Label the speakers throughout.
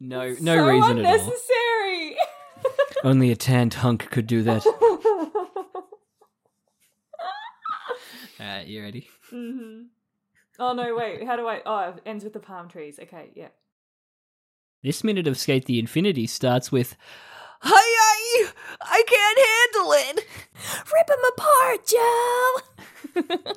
Speaker 1: No, no
Speaker 2: so
Speaker 1: reason at all.
Speaker 2: unnecessary.
Speaker 1: Only a tanned hunk could do that. uh, you ready?
Speaker 2: hmm Oh no, wait. How do I? Oh, it ends with the palm trees. Okay, yeah.
Speaker 1: This minute of Skate the Infinity starts with Hi, I can't handle it.
Speaker 2: Rip them apart, Joe.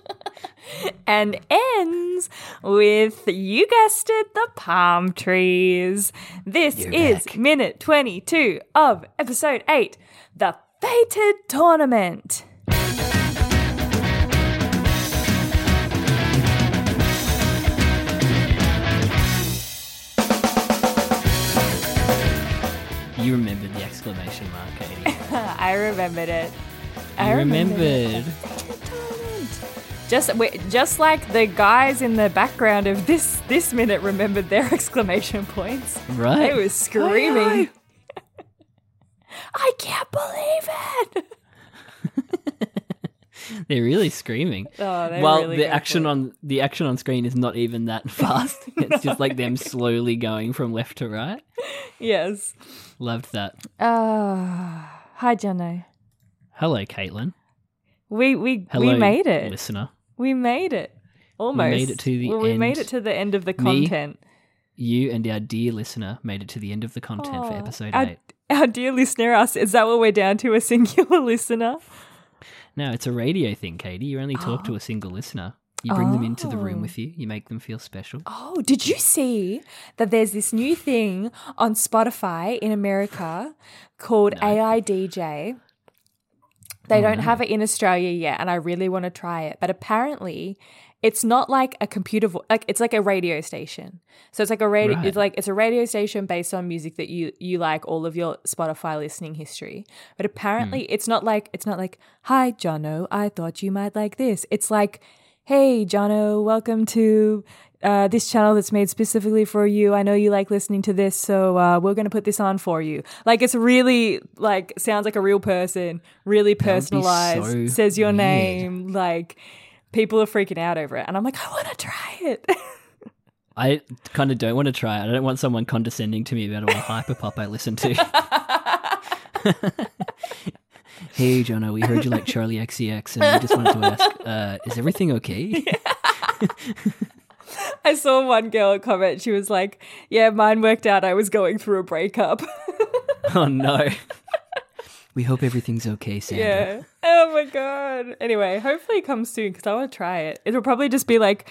Speaker 2: and ends with you guessed it, the palm trees. This is minute twenty-two of episode eight, the fated tournament.
Speaker 1: You remembered the exclamation mark, Katie.
Speaker 2: I remembered it.
Speaker 1: You remembered.
Speaker 2: Just wait, just like the guys in the background of this this minute remembered their exclamation points.
Speaker 1: Right.
Speaker 2: They were screaming. I can't believe it.
Speaker 1: They're really screaming.
Speaker 2: Oh, they
Speaker 1: well,
Speaker 2: really
Speaker 1: the
Speaker 2: go for
Speaker 1: action
Speaker 2: it.
Speaker 1: on the action on screen is not even that fast. It's just like them slowly going from left to right.
Speaker 2: Yes.
Speaker 1: Loved that.
Speaker 2: Ah, hi Jono.
Speaker 1: Hello, Caitlin.
Speaker 2: We we
Speaker 1: Hello,
Speaker 2: we made it.
Speaker 1: listener.
Speaker 2: We made it. Almost.
Speaker 1: it to the
Speaker 2: well, We made
Speaker 1: end.
Speaker 2: it to the end of the
Speaker 1: Me,
Speaker 2: content.
Speaker 1: You and our dear listener made it to the end of the content for
Speaker 2: Aw,
Speaker 1: episode
Speaker 2: our,
Speaker 1: eight.
Speaker 2: Our dear listener, us is that what we're down to? A singular listener?
Speaker 1: No, it's a radio thing, Katie. You only talk to a single listener. You bring them into the room with you. You make them feel special.
Speaker 2: Oh, did you see that there's this new thing on Spotify in America called AI DJ? They don't have it in Australia yet, and I really want to try it. But apparently, it's not like a computer vo- like it's like a radio station. So it's like a radio
Speaker 1: Right.
Speaker 2: it's like it's a radio station based on music that you you like all of your Spotify listening history. But apparently, it's not like it's not like hi Jono, I thought you might like this. It's like hey Jono, welcome to uh, this channel that's made specifically for you. I know you like listening to this, so uh, we're going to put this on for you. Like it's really like sounds like a real person, really
Speaker 1: would be so
Speaker 2: personalized. says your
Speaker 1: weird.
Speaker 2: name. Like people are freaking out over it, and I'm like, I want to try it.
Speaker 1: I kind of don't want to try it. I don't want someone condescending to me about what hyperpop I listen to. hey, Jono, we heard you like Charlie XCX, and we just wanted to ask, uh, is everything okay?
Speaker 2: I saw one girl comment. She was like, "Yeah, mine worked out. I was going through a breakup."
Speaker 1: oh no. We hope everything's okay, Sandra.
Speaker 2: yeah. Oh my god. Anyway, hopefully it comes soon because I want to try it. It'll probably just be like.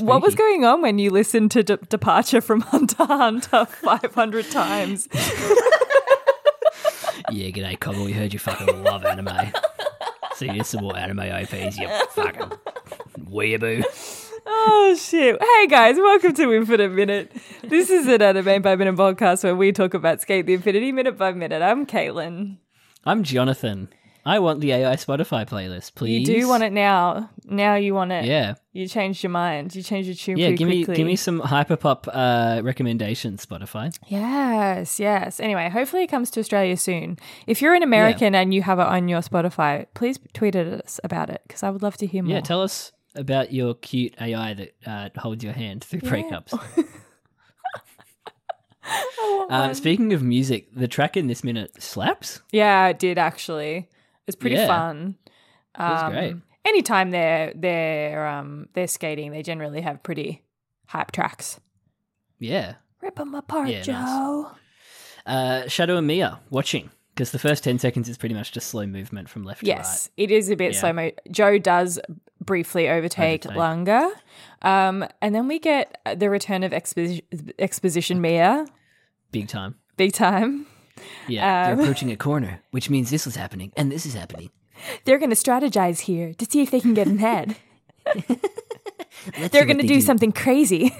Speaker 2: What was
Speaker 1: Spooky.
Speaker 2: going on when you listened to De- Departure from Hunter x Hunter 500 times?
Speaker 1: Yeah, g'day, Cobble. We heard you fucking love anime. So you some more anime OPs, you fucking weeaboo.
Speaker 2: Oh shit! Hey guys, welcome to Infinite Minute. This is an anime by minute podcast where we talk about skate the infinity minute by minute. I'm Caitlin.
Speaker 1: I'm Jonathan. I want the AI Spotify playlist,
Speaker 2: You
Speaker 1: please.
Speaker 2: do want it now. Now you want it.
Speaker 1: Yeah.
Speaker 2: You changed your mind. You changed your tune
Speaker 1: Yeah,
Speaker 2: pretty
Speaker 1: give me
Speaker 2: quickly.
Speaker 1: give me some hyperpop uh, recommendations, Spotify.
Speaker 2: Yes, yes. Anyway, hopefully it comes to Australia soon. If you're an American and you have it on your Spotify, please tweet at us about it because I would love to hear more.
Speaker 1: Yeah, tell us about your cute AI that uh, holds your hand through breakups. um, speaking of music, the track in this minute slaps.
Speaker 2: Yeah, it did actually. It's pretty
Speaker 1: Yeah.
Speaker 2: fun.
Speaker 1: It was great.
Speaker 2: Um, Anytime they're they're um they're skating, they generally have pretty hype tracks.
Speaker 1: Yeah.
Speaker 2: Rip them apart,
Speaker 1: Yeah, nice.
Speaker 2: Joe.
Speaker 1: Uh, Shadow and Mia watching because the first ten seconds is pretty much just slow movement from left
Speaker 2: Yes, it is a bit
Speaker 1: Yeah.
Speaker 2: slow mo. Joe does briefly overtake,
Speaker 1: Overtake.
Speaker 2: Lunga, um, and then we get uh, the return of exposi- exposition Mia,
Speaker 1: to right, big time.
Speaker 2: big time.
Speaker 1: Yeah,
Speaker 2: Uh,
Speaker 1: they're approaching a corner, which means this was happening and this is happening.
Speaker 2: They're going to strategize here to see if they can get ahead. They're going to do something crazy.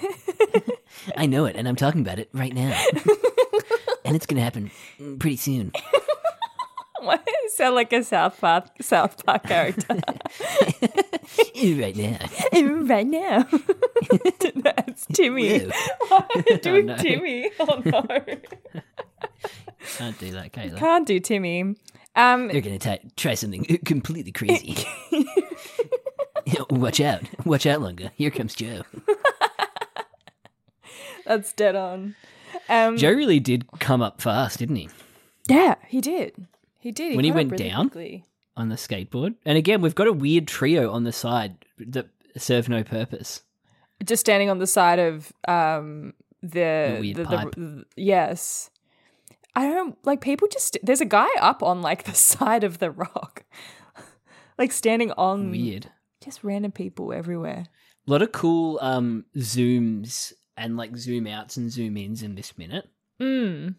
Speaker 1: I know it, and I'm talking about it right now. and it's going to happen mm, pretty soon.
Speaker 2: Why does it sound like a South Park South Park character
Speaker 1: right now.
Speaker 2: right now? That's Timmy.
Speaker 1: Ew. Oh,
Speaker 2: Why are you doing
Speaker 1: no.
Speaker 2: Timmy? Oh no,
Speaker 1: Can't do that, Kayla.
Speaker 2: can't do Timmy. Um,
Speaker 1: They're going to try something completely crazy. Watch out. Watch out, Lunga. Here comes Joe.
Speaker 2: that's dead on. Um,
Speaker 1: Joe really did come up fast, didn't he?
Speaker 2: yeah, he did. He did.
Speaker 1: When he
Speaker 2: got up
Speaker 1: went
Speaker 2: really
Speaker 1: down?
Speaker 2: quickly.
Speaker 1: On the skateboard. And again, we've got a weird trio on the side that serve no purpose.
Speaker 2: just standing on the side of um the,
Speaker 1: The weird
Speaker 2: the,
Speaker 1: pipe.
Speaker 2: the- yes i don't like people just there's a guy up on like the side of the rock like standing on
Speaker 1: Weird.
Speaker 2: just random people everywhere
Speaker 1: A lot of cool um, zooms and like zoom outs and zoom ins in this minute.
Speaker 2: mm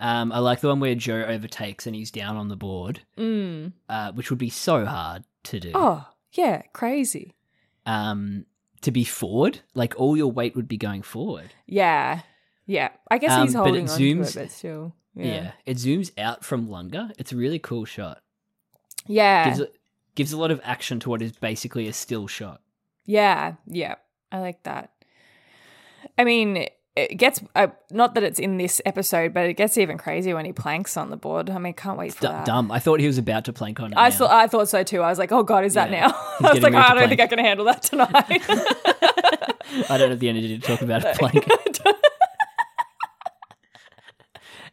Speaker 1: Um, I like the one where Joe overtakes and he's down on the board,
Speaker 2: mm
Speaker 1: uh, which would be so hard to do.
Speaker 2: oh yeah crazy
Speaker 1: Um, to be forward, like all your weight would be going forward.
Speaker 2: yeah yeah i guess he's
Speaker 1: Um, but it
Speaker 2: holding on
Speaker 1: zooms-
Speaker 2: to it but still
Speaker 1: Yeah.
Speaker 2: yeah
Speaker 1: It zooms out from Lunga. It's a really cool shot.
Speaker 2: yeah
Speaker 1: Gives, a, gives a lot of action to what is basically a still shot.
Speaker 2: Yeah, yeah, I like that. I mean, it gets uh, not that it's in this episode, but it gets even crazier when he planks on the board. I mean, can't wait for
Speaker 1: D-
Speaker 2: that.
Speaker 1: dumb. I thought he was about to plank on it.
Speaker 2: I
Speaker 1: now.
Speaker 2: saw, I thought so too. I was like, oh god, is that
Speaker 1: Yeah.
Speaker 2: now?
Speaker 1: He's
Speaker 2: I was
Speaker 1: getting
Speaker 2: like,
Speaker 1: moved to
Speaker 2: I don't think I
Speaker 1: plank.
Speaker 2: can handle that tonight.
Speaker 1: I don't have the energy to talk about a plank.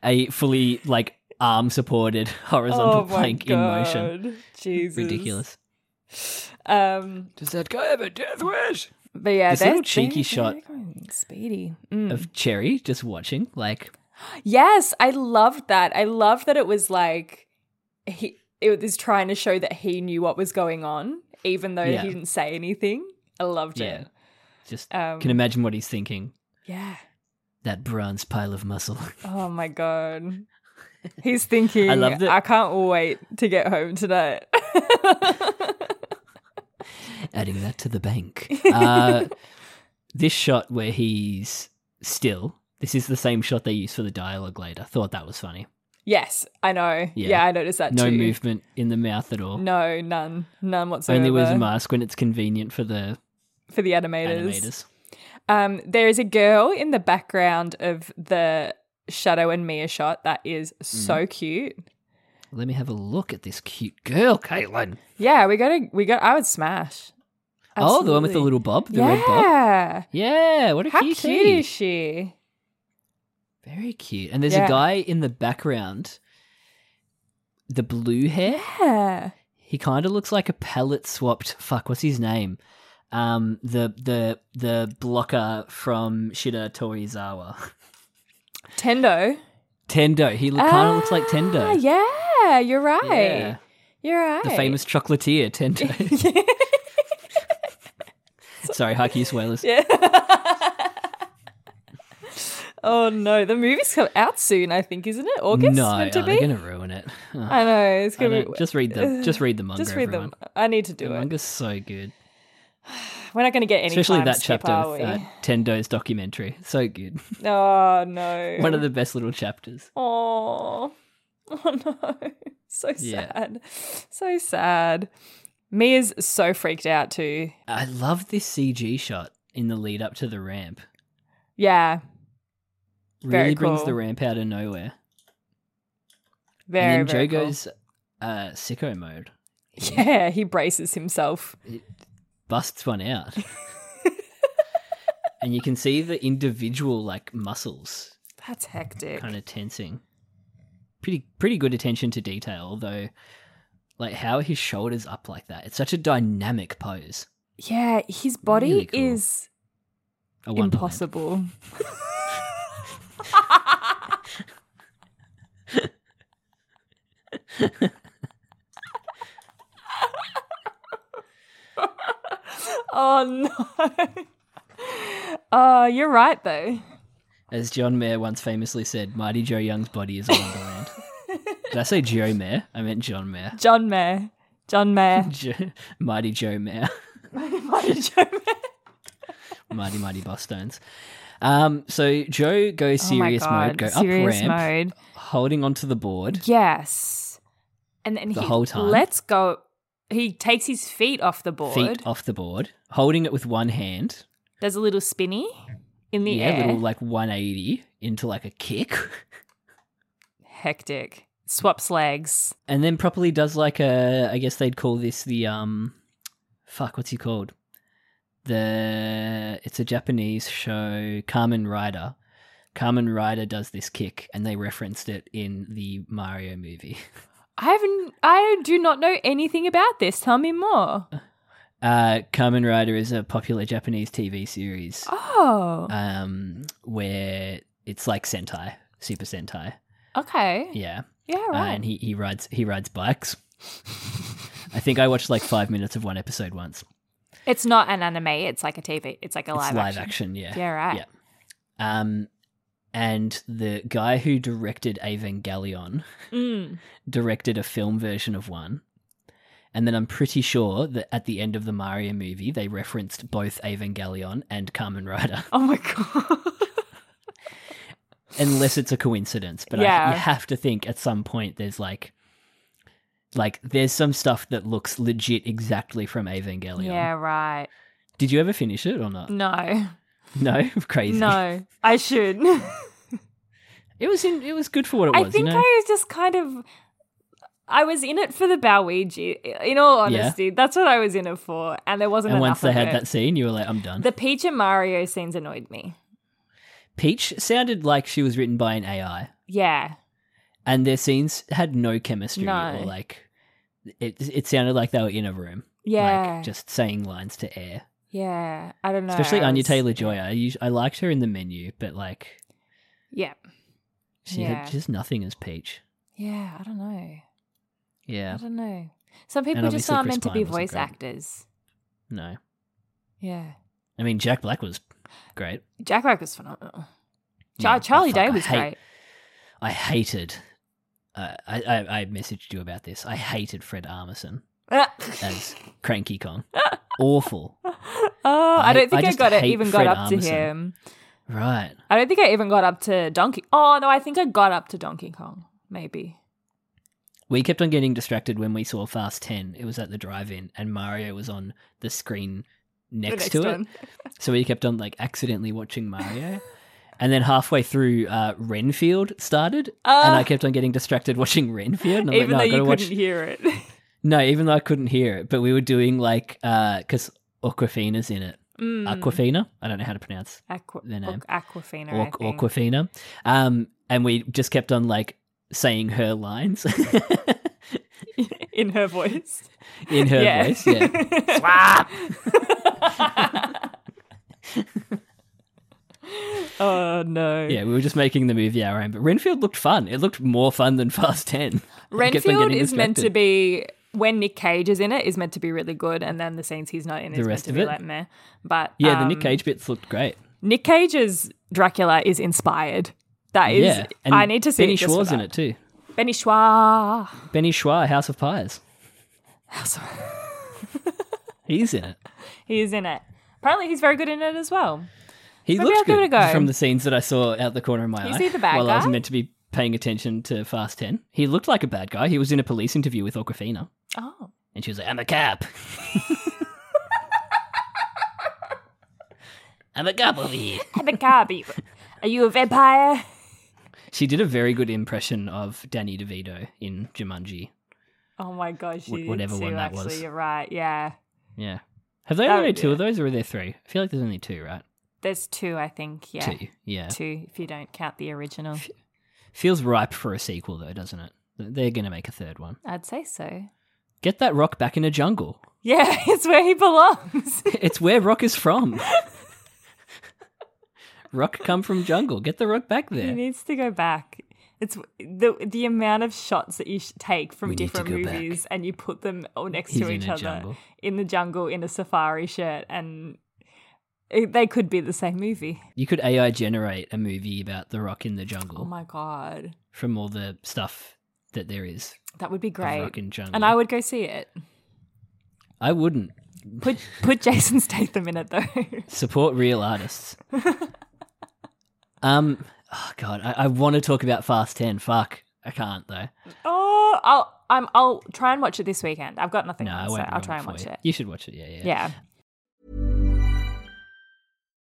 Speaker 1: a fully like arm supported horizontal
Speaker 2: oh my
Speaker 1: plank
Speaker 2: god,
Speaker 1: in motion.
Speaker 2: Jesus,
Speaker 1: Ridiculous.
Speaker 2: Um,
Speaker 1: Does that guy have a death wish?
Speaker 2: but yeah,
Speaker 1: This
Speaker 2: they're-
Speaker 1: little cheeky
Speaker 2: they're-
Speaker 1: shot.
Speaker 2: they're going speedy. Mm.
Speaker 1: Of Cherry just watching, like
Speaker 2: Yes, I loved that. I loved that it was like he it was trying to show that he knew what was going on, even though
Speaker 1: Yeah.
Speaker 2: he didn't say anything. I loved
Speaker 1: yeah,
Speaker 2: it.
Speaker 1: just
Speaker 2: Um,
Speaker 1: can imagine what he's thinking.
Speaker 2: yeah.
Speaker 1: That bronze pile of muscle.
Speaker 2: Oh my god. He's thinking. I
Speaker 1: I loved it.
Speaker 2: I can't wait to get home tonight.
Speaker 1: adding that to the bank. Uh, this shot where he's still. This is the same shot they use for the dialogue later. Thought that was funny.
Speaker 2: yes, I know. Yeah.
Speaker 1: Yeah.
Speaker 2: I noticed that
Speaker 1: No
Speaker 2: too.
Speaker 1: movement in the mouth at all.
Speaker 2: No, none, none whatsoever.
Speaker 1: Only wears a mask when it's convenient for the
Speaker 2: for the animators.
Speaker 1: animators.
Speaker 2: Um, there is a girl in the background of the Shadow and Mia shot that is
Speaker 1: Mm-hmm.
Speaker 2: so cute.
Speaker 1: Let me have a look at this cute girl, Caitlin.
Speaker 2: Yeah, we gotta we got I would smash.
Speaker 1: Oh, the one with the little bob, the
Speaker 2: yeah.
Speaker 1: red bob. Yeah, what a
Speaker 2: How
Speaker 1: cutie.
Speaker 2: cute is she?
Speaker 1: Very cute. And there's
Speaker 2: Yeah.
Speaker 1: a guy in the background, the blue hair.
Speaker 2: Yeah.
Speaker 1: He kind of looks like a palette swapped. Fuck, what's his name? Um, the the the blocker from Shida Torizawa.
Speaker 2: Tendo.
Speaker 1: Tendo. He look, kind of looks like
Speaker 2: Ah,
Speaker 1: Tendo.
Speaker 2: Yeah, you're right.
Speaker 1: Yeah.
Speaker 2: You're right.
Speaker 1: The famous chocolatier, Tendo.
Speaker 2: Yeah.
Speaker 1: Sorry, Haikyuu spoilers.
Speaker 2: oh no, the movie's come out soon, I think, isn't it? August
Speaker 1: no,
Speaker 2: meant to
Speaker 1: oh,
Speaker 2: be?
Speaker 1: they're gonna ruin it. Oh,
Speaker 2: I know, it's
Speaker 1: I
Speaker 2: gonna
Speaker 1: don't-
Speaker 2: be
Speaker 1: just read the just read the manga.
Speaker 2: Just read
Speaker 1: everyone.
Speaker 2: them. I need to do
Speaker 1: The
Speaker 2: it.
Speaker 1: manga's so good,
Speaker 2: We're not going to get any
Speaker 1: especially
Speaker 2: time
Speaker 1: that
Speaker 2: skip,
Speaker 1: chapter
Speaker 2: are
Speaker 1: with
Speaker 2: we?
Speaker 1: uh, Tendo's documentary. So good.
Speaker 2: Oh no.
Speaker 1: One of the best little chapters.
Speaker 2: Oh. Oh no. So
Speaker 1: Yeah.
Speaker 2: sad. So sad. Mia's so freaked out too.
Speaker 1: I love this CG shot in the lead up to the ramp.
Speaker 2: Yeah.
Speaker 1: Really
Speaker 2: Very
Speaker 1: brings
Speaker 2: cool.
Speaker 1: the ramp out of nowhere.
Speaker 2: Very
Speaker 1: and then
Speaker 2: very
Speaker 1: Joe
Speaker 2: cool.
Speaker 1: goes uh, sicko mode,
Speaker 2: Yeah, he braces himself.
Speaker 1: busts one out, and you can see the individual like muscles
Speaker 2: That's hectic.
Speaker 1: kind of tensing. Pretty pretty good attention to detail, though. Like how are his shoulders up like that? It's such a dynamic pose.
Speaker 2: Yeah, his body
Speaker 1: Really cool.
Speaker 2: is
Speaker 1: A wonderland.
Speaker 2: impossible. oh no. Oh, you're right though.
Speaker 1: As John Mayer once famously said, Mighty Joe Young's body is a wonderland. Did I say Joe Mayer? I meant John Mayer.
Speaker 2: John Mayer. John Mayer.
Speaker 1: Jo- Mighty Joe Mayer.
Speaker 2: Oh, Mighty Joe Mayer.
Speaker 1: mighty mighty bus stones. Um, so Joe goes
Speaker 2: oh my
Speaker 1: serious
Speaker 2: God.
Speaker 1: mode, go
Speaker 2: serious
Speaker 1: up ramp,
Speaker 2: mode.
Speaker 1: holding onto the board.
Speaker 2: Yes. And then
Speaker 1: The
Speaker 2: he
Speaker 1: whole time.
Speaker 2: lets go. He takes his feet off the board,
Speaker 1: feet off the board, holding it with one hand.
Speaker 2: does a little spinny in the
Speaker 1: yeah,
Speaker 2: air.
Speaker 1: little like 180 into like a kick.
Speaker 2: Hectic. Swaps legs.
Speaker 1: And then properly does like a I guess they'd call this the um fuck, what's he called? The it's a Japanese show, Carmen Rider. Carmen Rider does this kick and they referenced it in the Mario movie.
Speaker 2: I haven't. I do not know anything about this. Tell me more.
Speaker 1: Uh Carmen Rider is a popular Japanese TV series.
Speaker 2: Oh,
Speaker 1: um, where it's like Sentai, Super Sentai.
Speaker 2: okay. Yeah,
Speaker 1: Yeah, Uh,
Speaker 2: right.
Speaker 1: and he, he rides he rides bikes. I think I watched like five minutes of one episode once.
Speaker 2: it's not an anime. It's like a TV. It's like a live,
Speaker 1: it's live action, yeah.
Speaker 2: Yeah, right.
Speaker 1: Yeah. Um, and the guy who directed Evangelion
Speaker 2: Mm.
Speaker 1: directed a film version of one. And then I'm pretty sure that at the end of the Mario movie, they referenced both Evangelion and Carmen Rider.
Speaker 2: Oh my god.
Speaker 1: unless it's a coincidence. But I,
Speaker 2: Yeah.
Speaker 1: you have to think at some point there's like, like there's some stuff that looks legit exactly from Evangelion.
Speaker 2: yeah, right.
Speaker 1: Did you ever finish it or not?
Speaker 2: No,
Speaker 1: No, crazy.
Speaker 2: no. I should.
Speaker 1: it was in. It was good for what it
Speaker 2: I
Speaker 1: was.
Speaker 2: think
Speaker 1: you
Speaker 2: I
Speaker 1: know?
Speaker 2: was just kind of. I was in it for the Bowiji. In all
Speaker 1: Yeah.
Speaker 2: honesty, that's what I was in it for, and there wasn't
Speaker 1: and once
Speaker 2: enough.
Speaker 1: they had
Speaker 2: of it.
Speaker 1: that scene, you were like, "I'm done."
Speaker 2: the Peach and Mario scenes annoyed me.
Speaker 1: Peach sounded like she was written by an AI,
Speaker 2: Yeah,
Speaker 1: and their scenes had no chemistry
Speaker 2: No.
Speaker 1: or like. It it sounded like they were in a room,
Speaker 2: yeah,
Speaker 1: like just saying lines to air.
Speaker 2: yeah. I don't know.
Speaker 1: Especially
Speaker 2: I
Speaker 1: Anya
Speaker 2: was-
Speaker 1: Taylor Joy. I, us- I liked her in the menu, but like
Speaker 2: Yeah,
Speaker 1: She
Speaker 2: Yeah.
Speaker 1: had just nothing as Peach.
Speaker 2: yeah. I don't know. I
Speaker 1: Yeah.
Speaker 2: don't know. Some people
Speaker 1: And
Speaker 2: just
Speaker 1: obviously
Speaker 2: aren't
Speaker 1: Chris
Speaker 2: meant to
Speaker 1: Pine
Speaker 2: be
Speaker 1: wasn't
Speaker 2: voice
Speaker 1: great.
Speaker 2: actors.
Speaker 1: No.
Speaker 2: Yeah.
Speaker 1: I mean, Jack Black was great.
Speaker 2: Jack Black was phenomenal.
Speaker 1: Yeah.
Speaker 2: Char-
Speaker 1: Oh,
Speaker 2: Charlie
Speaker 1: fuck,
Speaker 2: Day
Speaker 1: I
Speaker 2: was
Speaker 1: hate-
Speaker 2: great.
Speaker 1: I hated. Uh, I, I I messaged you about this. I hated Fred Armisen as Cranky Kong. Awful.
Speaker 2: oh, I,
Speaker 1: I-
Speaker 2: don't think
Speaker 1: I
Speaker 2: I,
Speaker 1: just
Speaker 2: got it.
Speaker 1: hate
Speaker 2: Even got
Speaker 1: Fred
Speaker 2: up to
Speaker 1: Armisen.
Speaker 2: him.
Speaker 1: Right.
Speaker 2: I don't think I even got up to Donkey. Oh no, I think I got up to Donkey Kong. Maybe.
Speaker 1: We kept on getting distracted when we saw Fast Ten. It was at the drive-in, and Mario was on the screen
Speaker 2: The
Speaker 1: next, to it.
Speaker 2: one.
Speaker 1: So we kept on like accidentally watching Mario. And then halfway through, uh, Renfield started, and
Speaker 2: Ah.
Speaker 1: I kept on getting distracted watching Renfield. And I'm
Speaker 2: Even
Speaker 1: like, no, I
Speaker 2: though
Speaker 1: gotta
Speaker 2: you
Speaker 1: watch
Speaker 2: couldn't hear it.
Speaker 1: No, even though I couldn't hear it, but we were doing like because Aquafina's in it.
Speaker 2: Mm.
Speaker 1: Aquafina, I don't know how to pronounce
Speaker 2: Aqua-
Speaker 1: Their name.
Speaker 2: Aquafina. I
Speaker 1: Aqu-
Speaker 2: think.
Speaker 1: Aquafina, um, and we just kept on like saying her lines
Speaker 2: In her voice.
Speaker 1: in her
Speaker 2: Yeah.
Speaker 1: voice. Yeah,
Speaker 2: Oh no.
Speaker 1: yeah, we were just making the movie our own. But Renfield looked fun. It looked more fun than Fast Ten. I kept on
Speaker 2: Renfield
Speaker 1: getting
Speaker 2: is meant to
Speaker 1: distracted.
Speaker 2: be when Nick Cage is in it is meant to be really good, and then the scenes he's not in
Speaker 1: rest
Speaker 2: is meant
Speaker 1: of
Speaker 2: to be
Speaker 1: it?
Speaker 2: like meh. But
Speaker 1: Yeah, the
Speaker 2: um,
Speaker 1: Nick Cage bits looked great.
Speaker 2: Nick Cage's Dracula is inspired. That is,
Speaker 1: yeah, and
Speaker 2: I need to see
Speaker 1: Benny
Speaker 2: it just
Speaker 1: Schwartz
Speaker 2: for
Speaker 1: in
Speaker 2: that.
Speaker 1: it too.
Speaker 2: Benny Schwartz.
Speaker 1: Benny Schwartz, House of Pies. He's in it.
Speaker 2: He is in it. Apparently, he's very good in it as well.
Speaker 1: He
Speaker 2: Maybe
Speaker 1: looked
Speaker 2: I'll give
Speaker 1: good
Speaker 2: it a go.
Speaker 1: from the scenes that I saw out the corner of my
Speaker 2: Is
Speaker 1: eye.
Speaker 2: he the bad
Speaker 1: while I was
Speaker 2: guy?
Speaker 1: meant to be paying attention to Fast 10. He looked like a bad guy. He was in a police interview with Aquafina.
Speaker 2: Oh,
Speaker 1: And she was like, I'm a cop. I'm a cop over here.
Speaker 2: Abakabi, are you a vampire?
Speaker 1: She did a very good impression of Danny DeVito in Jumanji.
Speaker 2: Oh my gosh, you
Speaker 1: Wh-
Speaker 2: did
Speaker 1: whatever
Speaker 2: too,
Speaker 1: one that
Speaker 2: actually,
Speaker 1: was.
Speaker 2: You're right. Yeah,
Speaker 1: Yeah. Have they
Speaker 2: That
Speaker 1: only
Speaker 2: would
Speaker 1: made
Speaker 2: be
Speaker 1: two
Speaker 2: it.
Speaker 1: of those, or are there three? I feel like there's only two, right?
Speaker 2: there's two. I think. Yeah,
Speaker 1: Two. Yeah.
Speaker 2: two. If you don't count the original,
Speaker 1: Feels ripe for a sequel, though, doesn't it? Th- They're going to make a third one.
Speaker 2: I'd say so.
Speaker 1: Get that rock back in a jungle.
Speaker 2: Yeah, it's where he belongs.
Speaker 1: It's where Rock is from. rock come from jungle. Get the rock back
Speaker 2: He
Speaker 1: there.
Speaker 2: needs to go back. It's the the amount of shots that you sh- take from
Speaker 1: We need to
Speaker 2: different
Speaker 1: go back.
Speaker 2: movies and you put them all next
Speaker 1: He's
Speaker 2: to
Speaker 1: in
Speaker 2: each
Speaker 1: a
Speaker 2: other
Speaker 1: jungle.
Speaker 2: in the jungle in a safari shirt, and it, they could be the same movie.
Speaker 1: You could AI generate a movie about the rock in the jungle
Speaker 2: Oh my god,
Speaker 1: from all the stuff that there is.
Speaker 2: that would be
Speaker 1: of
Speaker 2: great.
Speaker 1: Rock in jungle.
Speaker 2: And I would go see it.
Speaker 1: I wouldn't.
Speaker 2: Put put Jason Statham in it though.
Speaker 1: Support real artists. um, oh god, I, I want to talk about Fast Ten. Fuck, I can't though.
Speaker 2: oh, I'll I'm I'll try and watch it this weekend. I've got nothing.
Speaker 1: No, I
Speaker 2: on,
Speaker 1: won't.
Speaker 2: so
Speaker 1: ruin
Speaker 2: I'll try and
Speaker 1: for
Speaker 2: watch
Speaker 1: you.
Speaker 2: it.
Speaker 1: You should watch it. Yeah, yeah.
Speaker 2: Yeah.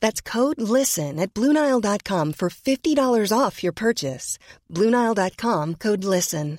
Speaker 3: That's code LISTEN at Bluenile.com for $50 off your purchase. Bluenile.com code LISTEN.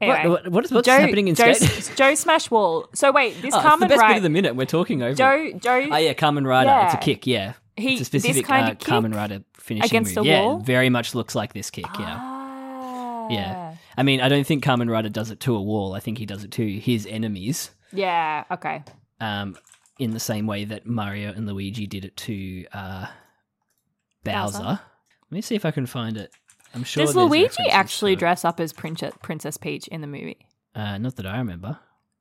Speaker 2: Anyway.
Speaker 1: What, what- what is, what's happening
Speaker 2: Joe,
Speaker 1: instead?
Speaker 2: Joe Smash Wall. So wait, this
Speaker 1: Oh, it's the
Speaker 2: Carmen
Speaker 1: best bit
Speaker 2: Ryder.
Speaker 1: of the minute. We're talking over. it.
Speaker 2: Joe Joe
Speaker 1: Oh yeah, Carmen Ryder. It's a
Speaker 2: Yeah.
Speaker 1: kick. Yeah,
Speaker 2: He-
Speaker 1: it's a
Speaker 2: this
Speaker 1: specific
Speaker 2: kind
Speaker 1: uh,
Speaker 2: of kick
Speaker 1: Carmen Ryder finishing
Speaker 2: against
Speaker 1: move.
Speaker 2: the
Speaker 1: yeah,
Speaker 2: wall?
Speaker 1: very much looks like this kick. Yeah,
Speaker 2: Ah.
Speaker 1: yeah. I mean, I don't think Carmen Ryder does it to a wall. I think he does it to his enemies.
Speaker 2: Yeah, okay.
Speaker 1: Um, in the same way that Mario and Luigi did it to uh, Bowser.
Speaker 2: Bowser.
Speaker 1: Let me see if I can find it. I'm sure.
Speaker 2: Does
Speaker 1: there's
Speaker 2: Luigi
Speaker 1: references
Speaker 2: actually
Speaker 1: to it.
Speaker 2: dress up as Princess Princess Peach in the movie?
Speaker 1: Uh, not that I remember.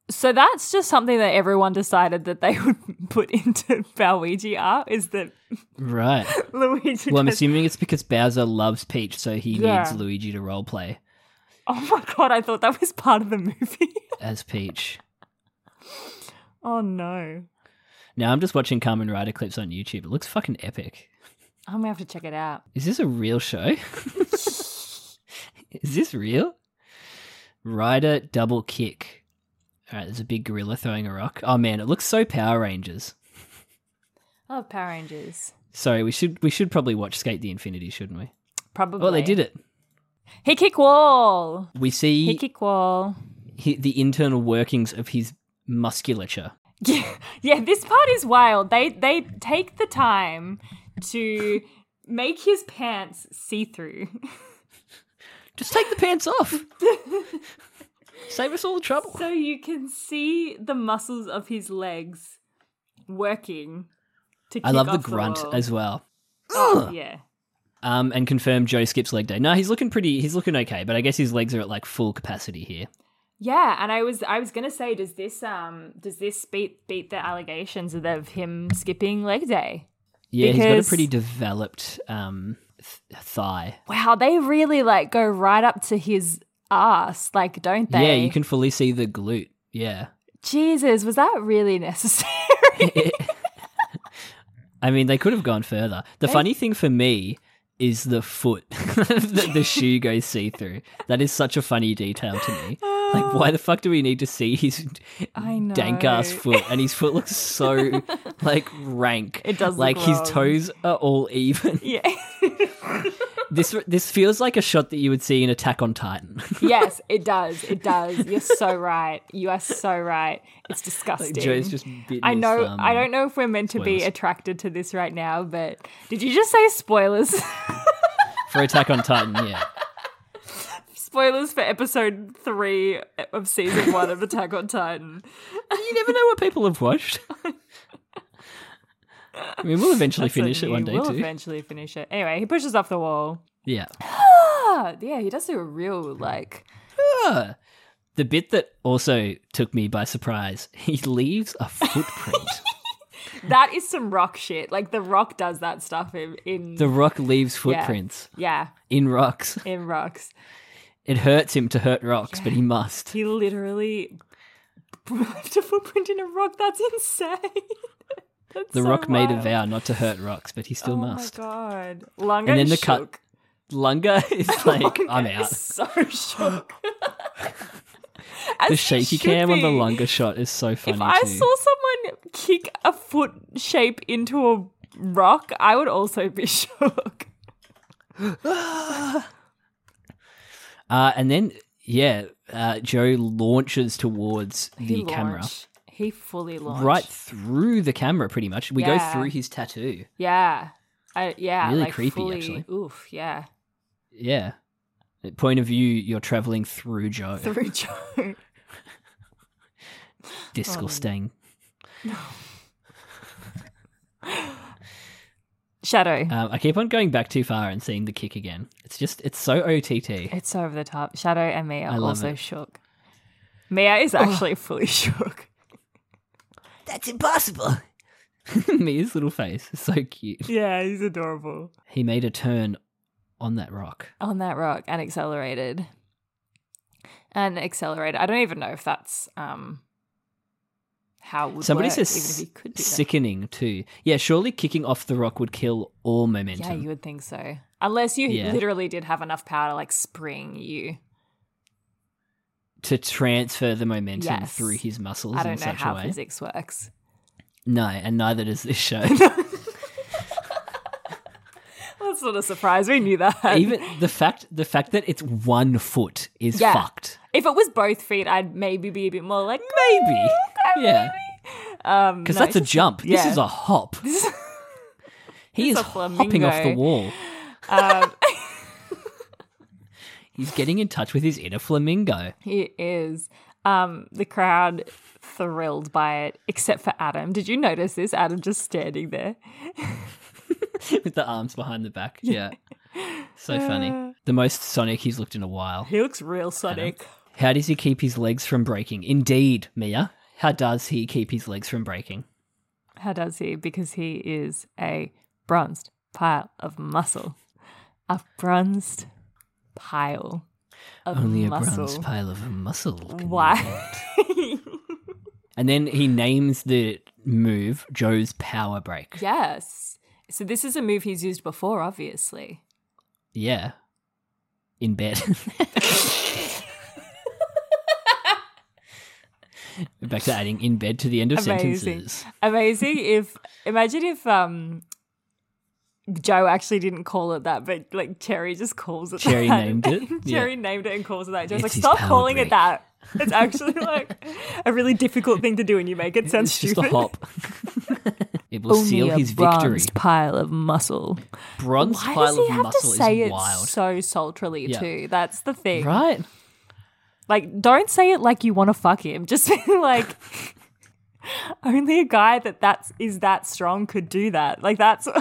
Speaker 2: So that's just something that everyone decided that they would put into Luigi art is that
Speaker 1: Right.
Speaker 2: Luigi.
Speaker 1: Well, I'm
Speaker 2: does-
Speaker 1: assuming it's because Bowser loves Peach, so he
Speaker 2: Yeah.
Speaker 1: needs Luigi to roleplay
Speaker 2: oh my god, I thought that was part of the movie.
Speaker 1: as Peach.
Speaker 2: oh no,
Speaker 1: Now I'm just watching Carmen Rider clips on YouTube. It looks fucking epic.
Speaker 2: I'm gonna have to check it out.
Speaker 1: Is this a real show? Is this real? Rider double kick. All right, there's a big gorilla throwing a rock. Oh man, it looks so Power Rangers.
Speaker 2: I love Power Rangers.
Speaker 1: Sorry, we should we should probably watch Skate the Infinity, shouldn't we?
Speaker 2: Probably.
Speaker 1: Oh, they did it.
Speaker 2: He kick wall.
Speaker 1: We
Speaker 2: He
Speaker 1: see
Speaker 2: kick wall.
Speaker 1: hi the internal workings of his musculature.
Speaker 2: Yeah, yeah, this part is wild. They they take the time to make his pants see through.
Speaker 1: Just take the pants off. Save us all the trouble.
Speaker 2: So you can see the muscles of his legs working to
Speaker 1: I
Speaker 2: kick
Speaker 1: love the
Speaker 2: off
Speaker 1: grunt
Speaker 2: wall.
Speaker 1: as well.
Speaker 2: Oh, yeah.
Speaker 1: Um, and confirm Joe skips leg day. No, he's looking pretty. He's looking okay, but I guess his legs are at like full capacity here.
Speaker 2: Yeah, and I was I was gonna say, does this um does this beat beat the allegations of him skipping leg day?
Speaker 1: Yeah, he's got a
Speaker 2: Because-
Speaker 1: pretty developed um th- thigh.
Speaker 2: Wow, they really like go right up to his ass, like don't they?
Speaker 1: Yeah, you can fully see the glute. Yeah,
Speaker 2: Jesus, was that really necessary?
Speaker 1: I mean they could have gone further. The funny thing for me is the foot that the shoe goes see through. That is such a funny detail to me. Like, why the fuck do we need to see his
Speaker 2: I know.
Speaker 1: dank ass foot? And his foot looks so like rank.
Speaker 2: It does look
Speaker 1: Like his
Speaker 2: wrong.
Speaker 1: toes are all even.
Speaker 2: Yeah.
Speaker 1: This this feels like a shot that you would see in Attack on Titan.
Speaker 2: yes, it does. It does. You're so right. You are so right. It's disgusting.
Speaker 1: like Joe's just bitten
Speaker 2: I
Speaker 1: his
Speaker 2: know.
Speaker 1: thumb
Speaker 2: I don't
Speaker 1: and-
Speaker 2: know if we're meant to be
Speaker 1: Spoilers.
Speaker 2: attracted to this right now, but did you just say spoilers?
Speaker 1: for Attack on Titan. Yeah,
Speaker 2: spoilers for episode three of season one of Attack on Titan.
Speaker 1: you never know what people have watched. I mean, we'll eventually finish it one day
Speaker 2: we'll
Speaker 1: too.
Speaker 2: eventually finish it. Anyway, he pushes off the wall.
Speaker 1: yeah.
Speaker 2: Ah, yeah, he does do a real like.
Speaker 1: Ah. The bit that also took me by surprise, he leaves a footprint.
Speaker 2: that is some rock shit. Like the rock does that stuff in, in
Speaker 1: The rock leaves footprints
Speaker 2: yeah
Speaker 1: in rocks.
Speaker 2: in rocks.
Speaker 1: It hurts him to hurt rocks, but he must.
Speaker 2: He literally left a footprint in a rock. That's insane. That's
Speaker 1: The
Speaker 2: so
Speaker 1: rock made a
Speaker 2: wild.
Speaker 1: vow not to hurt rocks, but he still
Speaker 2: Oh
Speaker 1: must.
Speaker 2: my god, Lunga
Speaker 1: And
Speaker 2: and
Speaker 1: then the cut-
Speaker 2: shook.
Speaker 1: Lunga is
Speaker 2: Oh
Speaker 1: like,
Speaker 2: Lunga
Speaker 1: I'm
Speaker 2: is
Speaker 1: out.
Speaker 2: So shook. As
Speaker 1: The
Speaker 2: he
Speaker 1: shaky
Speaker 2: should
Speaker 1: cam on the
Speaker 2: be.
Speaker 1: Lunga shot is so funny
Speaker 2: If I
Speaker 1: too.
Speaker 2: saw someone kick a foot shape into a rock, I would also be shook.
Speaker 1: Uh, and then, yeah, uh, Joe launches towards the camera,
Speaker 2: launched. He fully launched.
Speaker 1: right through the camera, pretty much. We
Speaker 2: Yeah.
Speaker 1: go through his tattoo.
Speaker 2: Yeah. I, yeah.
Speaker 1: Really
Speaker 2: like
Speaker 1: creepy,
Speaker 2: fully-
Speaker 1: actually.
Speaker 2: Oof. Yeah.
Speaker 1: Yeah. At Point of view, you're traveling through Joe.
Speaker 2: Through Joe.
Speaker 1: Disgusting.
Speaker 2: Shadow.
Speaker 1: Um, I keep on going back too far and seeing the kick again. It's just, it's so OTT.
Speaker 2: it's over the top. Shadow and Mia
Speaker 1: I
Speaker 2: are
Speaker 1: love
Speaker 2: also
Speaker 1: it. Oh.
Speaker 2: shook. Mia is actually fully shook.
Speaker 1: That's impossible. Mia's little face is so cute.
Speaker 2: Yeah, he's adorable.
Speaker 1: He made a turn on that rock.
Speaker 2: On that rock and accelerated. And accelerated. I don't even know if that's um how it would
Speaker 1: Somebody
Speaker 2: work,
Speaker 1: says
Speaker 2: even if he could do that.
Speaker 1: sickening too. Yeah, surely kicking off the rock would kill all momentum.
Speaker 2: Yeah, you would think so. Unless you
Speaker 1: Yeah.
Speaker 2: literally did have enough power to like spring you.
Speaker 1: to transfer the momentum
Speaker 2: Yes.
Speaker 1: through his muscles
Speaker 2: I don't
Speaker 1: in
Speaker 2: know
Speaker 1: such
Speaker 2: how
Speaker 1: a way.
Speaker 2: physics works.
Speaker 1: No, and neither does this show.
Speaker 2: That's not a surprise. We knew that.
Speaker 1: Even the fact the fact that it's one foot is
Speaker 2: Yeah.
Speaker 1: fucked.
Speaker 2: if it was both feet, I'd maybe be a bit more like
Speaker 1: Maybe. yeah.
Speaker 2: um
Speaker 1: Because
Speaker 2: no,
Speaker 1: that's a
Speaker 2: it's just-
Speaker 1: jump.
Speaker 2: yeah.
Speaker 1: This is a hop. he is
Speaker 2: a
Speaker 1: hopping off the
Speaker 2: flamingo.
Speaker 1: wall.
Speaker 2: um,
Speaker 1: He's getting in touch with his inner flamingo.
Speaker 2: he is. Um the crowd thrilled by it, except for Adam. Did you notice this? Adam just standing there.
Speaker 1: with the arms behind the back. Yeah. So
Speaker 2: Uh.
Speaker 1: funny. The most Sonic he's looked in a while.
Speaker 2: He looks real Sonic.
Speaker 1: How does he keep his legs from breaking? Indeed, Mia. How does he keep his legs from breaking?
Speaker 2: How does he? Because he is a bronzed pile of muscle. A bronzed pile of
Speaker 1: Only a
Speaker 2: muscle.
Speaker 1: bronze pile of muscle. can move
Speaker 2: Why?
Speaker 1: it. And then he names the move Joe's power break.
Speaker 2: yes. So this is a move he's used before, obviously.
Speaker 1: Yeah. In bed. We're Back to adding in bed to the end of
Speaker 2: Amazing.
Speaker 1: sentences.
Speaker 2: Amazing if imagine if um Joe actually didn't call it that, but like Cherry just calls it
Speaker 1: Cherry
Speaker 2: that.
Speaker 1: named it?
Speaker 2: Cherry
Speaker 1: Yeah.
Speaker 2: named it and calls it that. Joe's
Speaker 1: It's
Speaker 2: like,
Speaker 1: his
Speaker 2: stop
Speaker 1: power
Speaker 2: calling
Speaker 1: break."
Speaker 2: it that. It's actually like a really difficult thing to do and you make it sound
Speaker 1: It's
Speaker 2: stupid.
Speaker 1: just a hop. it will seal his victory.
Speaker 2: pile of muscle.
Speaker 1: Bronze
Speaker 2: Why
Speaker 1: pile
Speaker 2: does he
Speaker 1: of
Speaker 2: have
Speaker 1: muscle
Speaker 2: to say
Speaker 1: is
Speaker 2: it
Speaker 1: wild.
Speaker 2: so sultrily
Speaker 1: Yeah.
Speaker 2: too? That's the thing.
Speaker 1: right?
Speaker 2: Like, don't say it like you want to fuck him. Just be like, only a guy that that's is that strong could do that. Like that's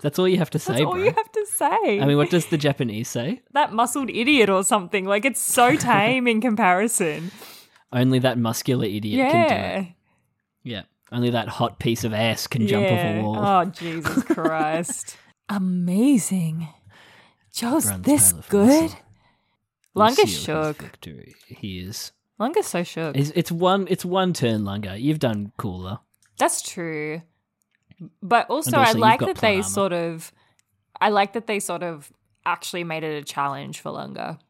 Speaker 1: That's all you have to say,
Speaker 2: that's all
Speaker 1: bro.
Speaker 2: you have to say.
Speaker 1: I mean, what does the Japanese say?
Speaker 2: that muscled idiot or something. Like it's so tame in comparison.
Speaker 1: Only that muscular idiot can do
Speaker 2: Yeah.
Speaker 1: it. Yeah. Only that hot piece of ass can jump off a
Speaker 2: Yeah.
Speaker 1: wall.
Speaker 2: Oh Jesus Christ! Amazing. Joe's
Speaker 1: Bronze
Speaker 2: this
Speaker 1: pile of
Speaker 2: good.
Speaker 1: muscle. Will
Speaker 2: Lunga's
Speaker 1: seal his
Speaker 2: shook.
Speaker 1: victory. He is.
Speaker 2: Lunga's so shook.
Speaker 1: It's, it's one. It's one turn, Lunga. You've done cooler.
Speaker 2: That's true. But also,
Speaker 1: also
Speaker 2: I
Speaker 1: you've
Speaker 2: like
Speaker 1: got
Speaker 2: that they
Speaker 1: plot armor.
Speaker 2: sort of, I like that they sort of actually made it a challenge for Lunga.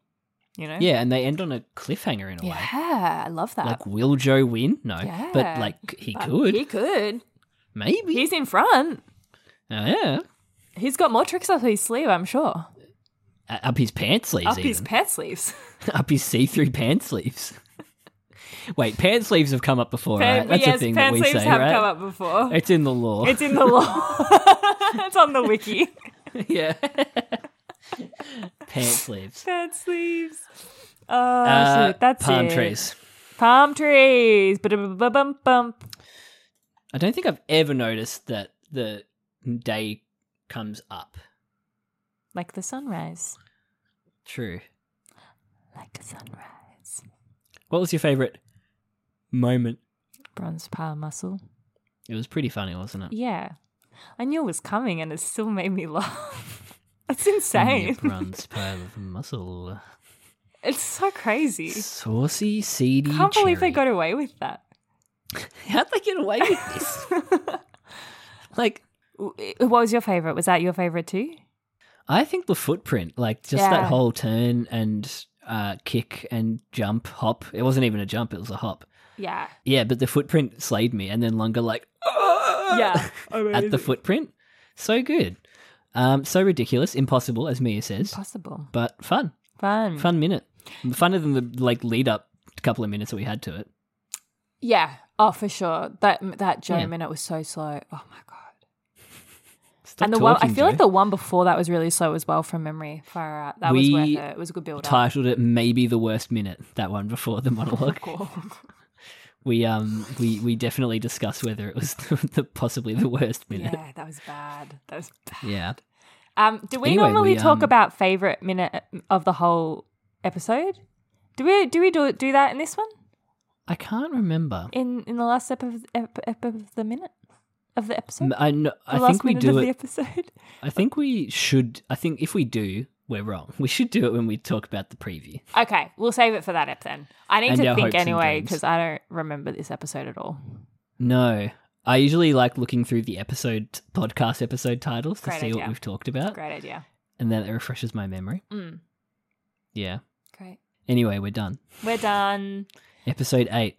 Speaker 2: You know?
Speaker 1: Yeah, and they end on a cliffhanger in a way.
Speaker 2: Yeah, I love that.
Speaker 1: Like, will Joe win? No,
Speaker 2: yeah.
Speaker 1: but like he
Speaker 2: But
Speaker 1: could.
Speaker 2: He could.
Speaker 1: Maybe.
Speaker 2: He's in front.
Speaker 1: Oh, yeah.
Speaker 2: He's got more tricks up his sleeve, I'm sure.
Speaker 1: Uh, Up his pants sleeves.
Speaker 2: up his
Speaker 1: even.
Speaker 2: pants sleeves.
Speaker 1: up his see-through pants sleeves. Wait, pants sleeves have come up before, right? That's
Speaker 2: yes,
Speaker 1: a thing that
Speaker 2: pants
Speaker 1: we
Speaker 2: sleeves
Speaker 1: say,
Speaker 2: have
Speaker 1: right?
Speaker 2: come up before.
Speaker 1: It's in the law.
Speaker 2: It's in the law. it's on the wiki.
Speaker 1: yeah. pants sleeves.
Speaker 2: Pants sleeves. Oh,
Speaker 1: Uh,
Speaker 2: shoot, that's
Speaker 1: palm
Speaker 2: it.
Speaker 1: trees.
Speaker 2: Palm trees. Ba-da-ba-ba-bum-bum.
Speaker 1: I don't think I've ever noticed that the day comes up.
Speaker 2: Like the sunrise.
Speaker 1: True.
Speaker 2: Like a sunrise.
Speaker 1: What was your favorite moment?
Speaker 2: Bronze power muscle.
Speaker 1: It was pretty funny, wasn't it?
Speaker 2: Yeah. I knew it was coming and it still made me laugh. That's
Speaker 1: Only a
Speaker 2: insane.
Speaker 1: bronze pile of muscle.
Speaker 2: It's so crazy.
Speaker 1: Saucy, seedy.
Speaker 2: Can't believe they
Speaker 1: cherry.
Speaker 2: got away with that.
Speaker 1: How'd they get away with this? like,
Speaker 2: What was your favorite? Was that your favorite too?
Speaker 1: I think the footprint, like just that
Speaker 2: Yeah.
Speaker 1: whole turn and uh, kick and jump, hop. It wasn't even a jump; it was a hop.
Speaker 2: Yeah.
Speaker 1: Yeah, but the footprint slayed me, and then Lunga like "Ah!"
Speaker 2: Yeah.
Speaker 1: at the footprint, so good, um, so ridiculous, impossible, as Mia says,
Speaker 2: Possible.
Speaker 1: but fun,
Speaker 2: Fun.
Speaker 1: fun minute, funner than the like lead up couple of minutes that we had to it.
Speaker 2: Yeah. Oh, for sure. That that Joe
Speaker 1: Yeah.
Speaker 2: minute was so slow. Oh my god.
Speaker 1: Stop
Speaker 2: and the one I
Speaker 1: talking,
Speaker 2: feel like
Speaker 1: Joe.
Speaker 2: the one before that was really slow as well from memory. Far out. That was
Speaker 1: We
Speaker 2: worth it. It was a good build up.
Speaker 1: titled it maybe the worst minute that one before the monologue. we um we we definitely discussed whether it was the, the possibly the worst minute.
Speaker 2: Yeah, that was bad. That was bad.
Speaker 1: Yeah.
Speaker 2: Um, do we
Speaker 1: Anyway,
Speaker 2: normally
Speaker 1: we,
Speaker 2: talk
Speaker 1: um,
Speaker 2: about favorite minute of the whole episode? Do we do we do do that in this one?
Speaker 1: I can't remember.
Speaker 2: In in the last step of, ep, ep of the minute of the episode?
Speaker 1: M- I kn-
Speaker 2: the
Speaker 1: I
Speaker 2: last
Speaker 1: think we
Speaker 2: minute
Speaker 1: do
Speaker 2: of the
Speaker 1: it.
Speaker 2: episode.
Speaker 1: I think we should. I think if we do, we're wrong. We should do it when we talk about the preview.
Speaker 2: Okay, we'll save it for that ep then. I need
Speaker 1: And
Speaker 2: to
Speaker 1: our
Speaker 2: think
Speaker 1: hopes and
Speaker 2: anyway
Speaker 1: dreams.
Speaker 2: because I don't remember this episode at all.
Speaker 1: No, I usually like looking through the episode podcast episode titles to
Speaker 2: Great
Speaker 1: see
Speaker 2: idea.
Speaker 1: what we've talked about,
Speaker 2: Great idea.
Speaker 1: and then it refreshes my memory.
Speaker 2: Mm,
Speaker 1: Yeah.
Speaker 2: great.
Speaker 1: Anyway, we're done.
Speaker 2: We're done.
Speaker 1: Episode eight.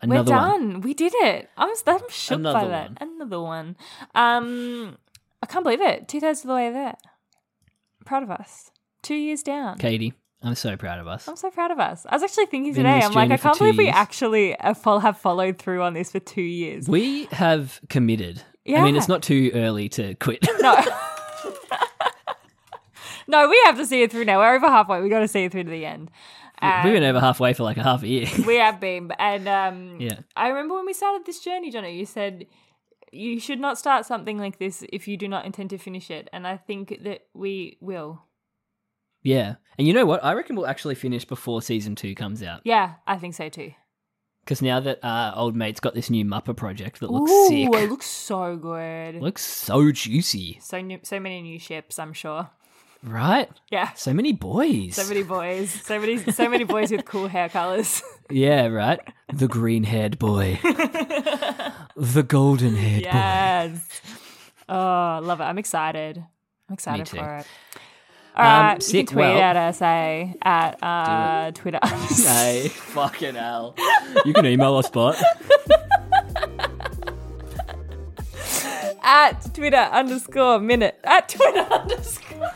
Speaker 1: Another
Speaker 2: We're
Speaker 1: one.
Speaker 2: done. We did it. I'm, I'm shook by
Speaker 1: Another
Speaker 2: that.
Speaker 1: one.
Speaker 2: Another one. Um, I can't believe it. Two thirds of the way there. Proud of us. Two years down.
Speaker 1: Katie, I'm so proud of us.
Speaker 2: I'm so proud of us. I was actually thinking
Speaker 1: Been
Speaker 2: today.
Speaker 1: this
Speaker 2: I'm like,
Speaker 1: journey
Speaker 2: I
Speaker 1: for
Speaker 2: can't
Speaker 1: two
Speaker 2: believe we
Speaker 1: years.
Speaker 2: actually have fol- have followed through on this for two years.
Speaker 1: We have committed. I mean, it's
Speaker 2: Yeah.
Speaker 1: not too early to quit.
Speaker 2: No. no, we have to see it through now. We're over halfway. We got to see it through to the end.
Speaker 1: We've
Speaker 2: Uh,
Speaker 1: been over halfway for like a half a year.
Speaker 2: We have been, and um,
Speaker 1: Yeah.
Speaker 2: I remember when we started this journey, Jono. You said you should not start something like this if you do not intend to finish it, and I think that we will.
Speaker 1: yeah. And you know what? I reckon we'll actually finish before season two comes out.
Speaker 2: Yeah, I think so too.
Speaker 1: Because now that uh, old mate's got this new Muppa project that looks
Speaker 2: Ooh,
Speaker 1: sick,
Speaker 2: it looks so good.
Speaker 1: looks so juicy,
Speaker 2: so new, so many new ships. I'm sure.
Speaker 1: right?
Speaker 2: Yeah,
Speaker 1: So many boys.
Speaker 2: so many boys, so many, so many boys with cool hair colors.
Speaker 1: Yeah, right. The green-haired boy, the golden-haired boy.
Speaker 2: yes. Oh, I love it. I'm excited. I'm excited
Speaker 1: too.
Speaker 2: for it. All right, you
Speaker 1: sick,
Speaker 2: can tweet
Speaker 1: well-
Speaker 2: at us eh, at uh, Twitter.
Speaker 1: Hey, fucking hell! You can email us, but
Speaker 2: at Twitter underscore minute at Twitter underscore.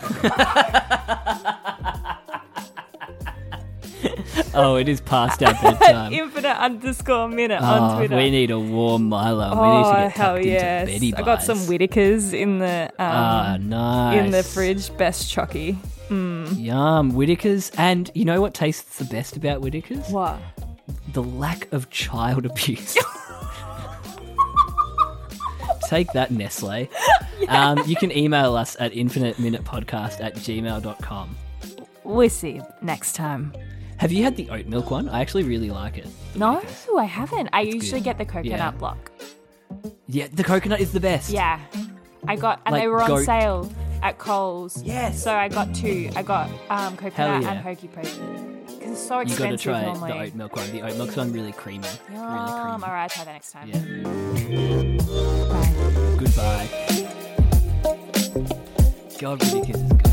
Speaker 1: oh, it is past our bedtime.
Speaker 2: Infinite underscore minute
Speaker 1: Oh,
Speaker 2: on Twitter.
Speaker 1: we need a warm Milo. we need to
Speaker 2: oh
Speaker 1: get
Speaker 2: hell
Speaker 1: tucked
Speaker 2: yes!
Speaker 1: into Betty
Speaker 2: I got some
Speaker 1: Buys.
Speaker 2: Whitakers in the
Speaker 1: Ah,
Speaker 2: um,
Speaker 1: nice.
Speaker 2: in the fridge. Best chocky.
Speaker 1: Yum, Whitakers. And you know what tastes the best about Whitakers?
Speaker 2: What?
Speaker 1: The lack of child abuse. Take that, Nestle. Um, you can email us at infiniteminutepodcast at gmail.com.
Speaker 2: We'll see next time.
Speaker 1: Have you had the oat milk one? I actually really like it.
Speaker 2: No, I haven't. I usually get the coconut
Speaker 1: Yeah.
Speaker 2: block.
Speaker 1: Yeah, the coconut is the best.
Speaker 2: Yeah, I got and they
Speaker 1: Like
Speaker 2: were on
Speaker 1: goat-
Speaker 2: sale at Coles.
Speaker 1: Yes.
Speaker 2: So I got two. I got um, coconut
Speaker 1: yeah.
Speaker 2: and hoagie protein because it's so
Speaker 1: you got to
Speaker 2: expensive
Speaker 1: try
Speaker 2: normally.
Speaker 1: the oat milk one. The oat milk's one really creamy. Really
Speaker 2: Yum.
Speaker 1: creamy.
Speaker 2: All right, I'll try that next time.
Speaker 1: Yeah.
Speaker 2: Bye.
Speaker 1: Goodbye. God, Whitakers is good.